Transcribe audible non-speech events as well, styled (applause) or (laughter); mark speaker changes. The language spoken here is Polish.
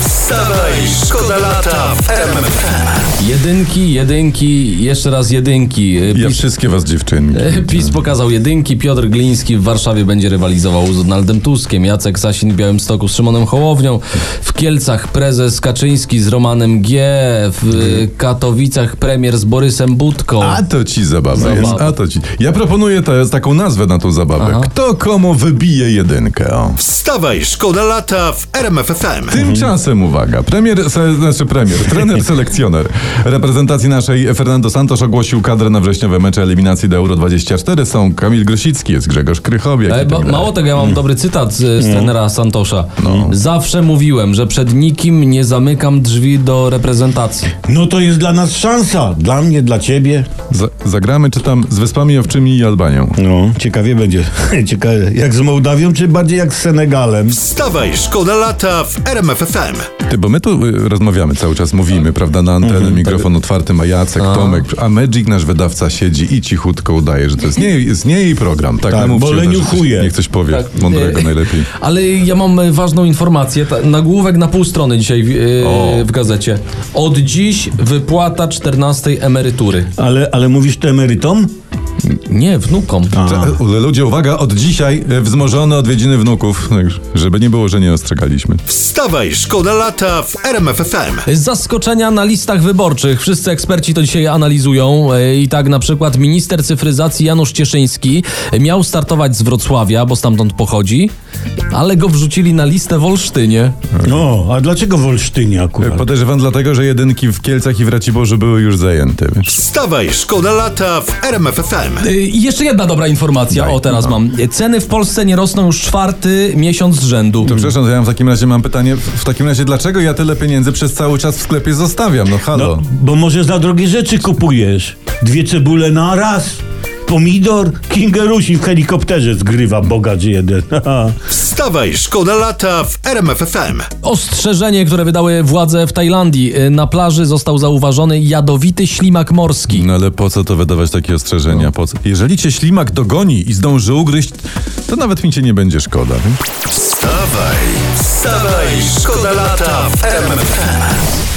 Speaker 1: Wstawaj, szkoda lata w RMFFM.
Speaker 2: Jedynki, jedynki, jeszcze raz jedynki. Y,
Speaker 3: Ja
Speaker 2: PiS,
Speaker 3: wszystkie was dziewczynki.
Speaker 2: y, (laughs) PiS pokazał jedynki, Piotr Gliński w Warszawie będzie rywalizował z Donaldem Tuskiem, Jacek Sasin w Białymstoku z Szymonem Hołownią, w Kielcach prezes Kaczyński z Romanem G, w y, Katowicach premier z Borysem Budką.
Speaker 3: A to ci zabawa,
Speaker 2: Zabawa.
Speaker 3: jest. A to ci. Ja proponuję te, taką nazwę na tą zabawę.
Speaker 2: Aha.
Speaker 3: Kto komu wybije jedynkę? O.
Speaker 1: Wstawaj, szkoda lata w RMFFM.
Speaker 2: Mhm.
Speaker 3: Tymczasem uwaga, premier, se, znaczy
Speaker 2: (laughs)
Speaker 3: premier, trener selekcjoner reprezentacji naszej Fernando Santos ogłosił kadrę na wrześniowe mecze eliminacji do Euro 24. Są Kamil Grosicki, jest Grzegorz Krychowiak.
Speaker 2: Ale
Speaker 3: i tak
Speaker 2: ba-
Speaker 3: dalej.
Speaker 2: E, mało tego, ja mam dobry cytat z, z
Speaker 3: Mm.
Speaker 2: trenera Santosza.
Speaker 3: No.
Speaker 2: Zawsze mówiłem, że przed nikim nie zamykam drzwi do reprezentacji.
Speaker 4: No to jest dla nas szansa. Dla mnie, dla ciebie.
Speaker 3: Za- zagramy, czytam, z Wyspami Owczymi i Albanią.
Speaker 4: No, ciekawie będzie. (laughs) Ciekawe, jak z Mołdawią, czy bardziej jak z Senegalem?
Speaker 1: Wstawaj, szkoda lata w RMFFM.
Speaker 3: Ty, bo my tu y, rozmawiamy cały czas, mówimy, prawda, na antenę,
Speaker 4: Mhm.
Speaker 3: mikrofon
Speaker 4: Tak.
Speaker 3: otwarty ma Jacek, Tomek, a Magic, nasz wydawca, siedzi i cichutko udaje, że to jest nie, z niej program. Tak,
Speaker 4: Tak,
Speaker 3: namówcie
Speaker 4: bo
Speaker 3: Jana, że coś-
Speaker 4: leniuchuje.
Speaker 3: Niech coś powie,
Speaker 2: Tak.
Speaker 3: mądrego
Speaker 2: Nie.
Speaker 3: najlepiej.
Speaker 2: Ale ja mam e, ważną informację. Ta, nagłówek na pół strony dzisiaj w, e,
Speaker 3: O.
Speaker 2: w gazecie. Od dziś wypłata 14 emerytury.
Speaker 4: Ale, ale mówisz to emerytom?
Speaker 2: Nie, wnukom.
Speaker 3: Cze- ale e, Ludzie, uwaga, od dzisiaj y, wzmożone odwiedziny wnuków, Także, żeby nie było, że nie ostrzegaliśmy.
Speaker 1: Wstawaj, szkoda lata w RMFFM.
Speaker 2: Z Zaskoczenia na listach wyborczych. Wszyscy eksperci to dzisiaj analizują. E, I tak na przykład minister cyfryzacji Janusz Cieszyński miał startować z Wrocławia, bo stamtąd pochodzi, ale go wrzucili na listę w Olsztynie.
Speaker 4: No, a dlaczego w Olsztynie
Speaker 3: Y,
Speaker 4: akurat?
Speaker 3: Podejrzewam dlatego, że jedynki w Kielcach i w Raciborzu były już zajęte, wiesz.
Speaker 1: Wstawaj, szkoda lata w RMFFM.
Speaker 2: Y, I jeszcze jedna dobra informacja.
Speaker 3: Daj,
Speaker 2: o, teraz
Speaker 3: no.
Speaker 2: mam. Y, Ceny w Polsce nie rosną już czwarty miesiąc z rzędu.
Speaker 4: Mm.
Speaker 3: To przepraszam, to ja w takim razie mam pytanie, w- w takim razie dlaczego ja tyle pieniędzy przez cały czas w sklepie zostawiam? No halo.
Speaker 4: No, bo może za drogie rzeczy kupujesz. Dwie cebule na raz. Pomidor, kingerusi w helikopterze zgrywa bogacz jeden. (laughs)
Speaker 1: Wstawaj, szkoda lata w RMFFM.
Speaker 2: Ostrzeżenie, które wydały władze w Tajlandii. Y, Na plaży został zauważony jadowity ślimak morski.
Speaker 3: No ale po co to wydawać takie ostrzeżenia? Po co? Jeżeli cię ślimak dogoni i zdąży ugryźć, to nawet mi cię nie będzie szkoda. wiesz?
Speaker 1: Wstawaj, wstawaj, szkoda lata w RMFFM.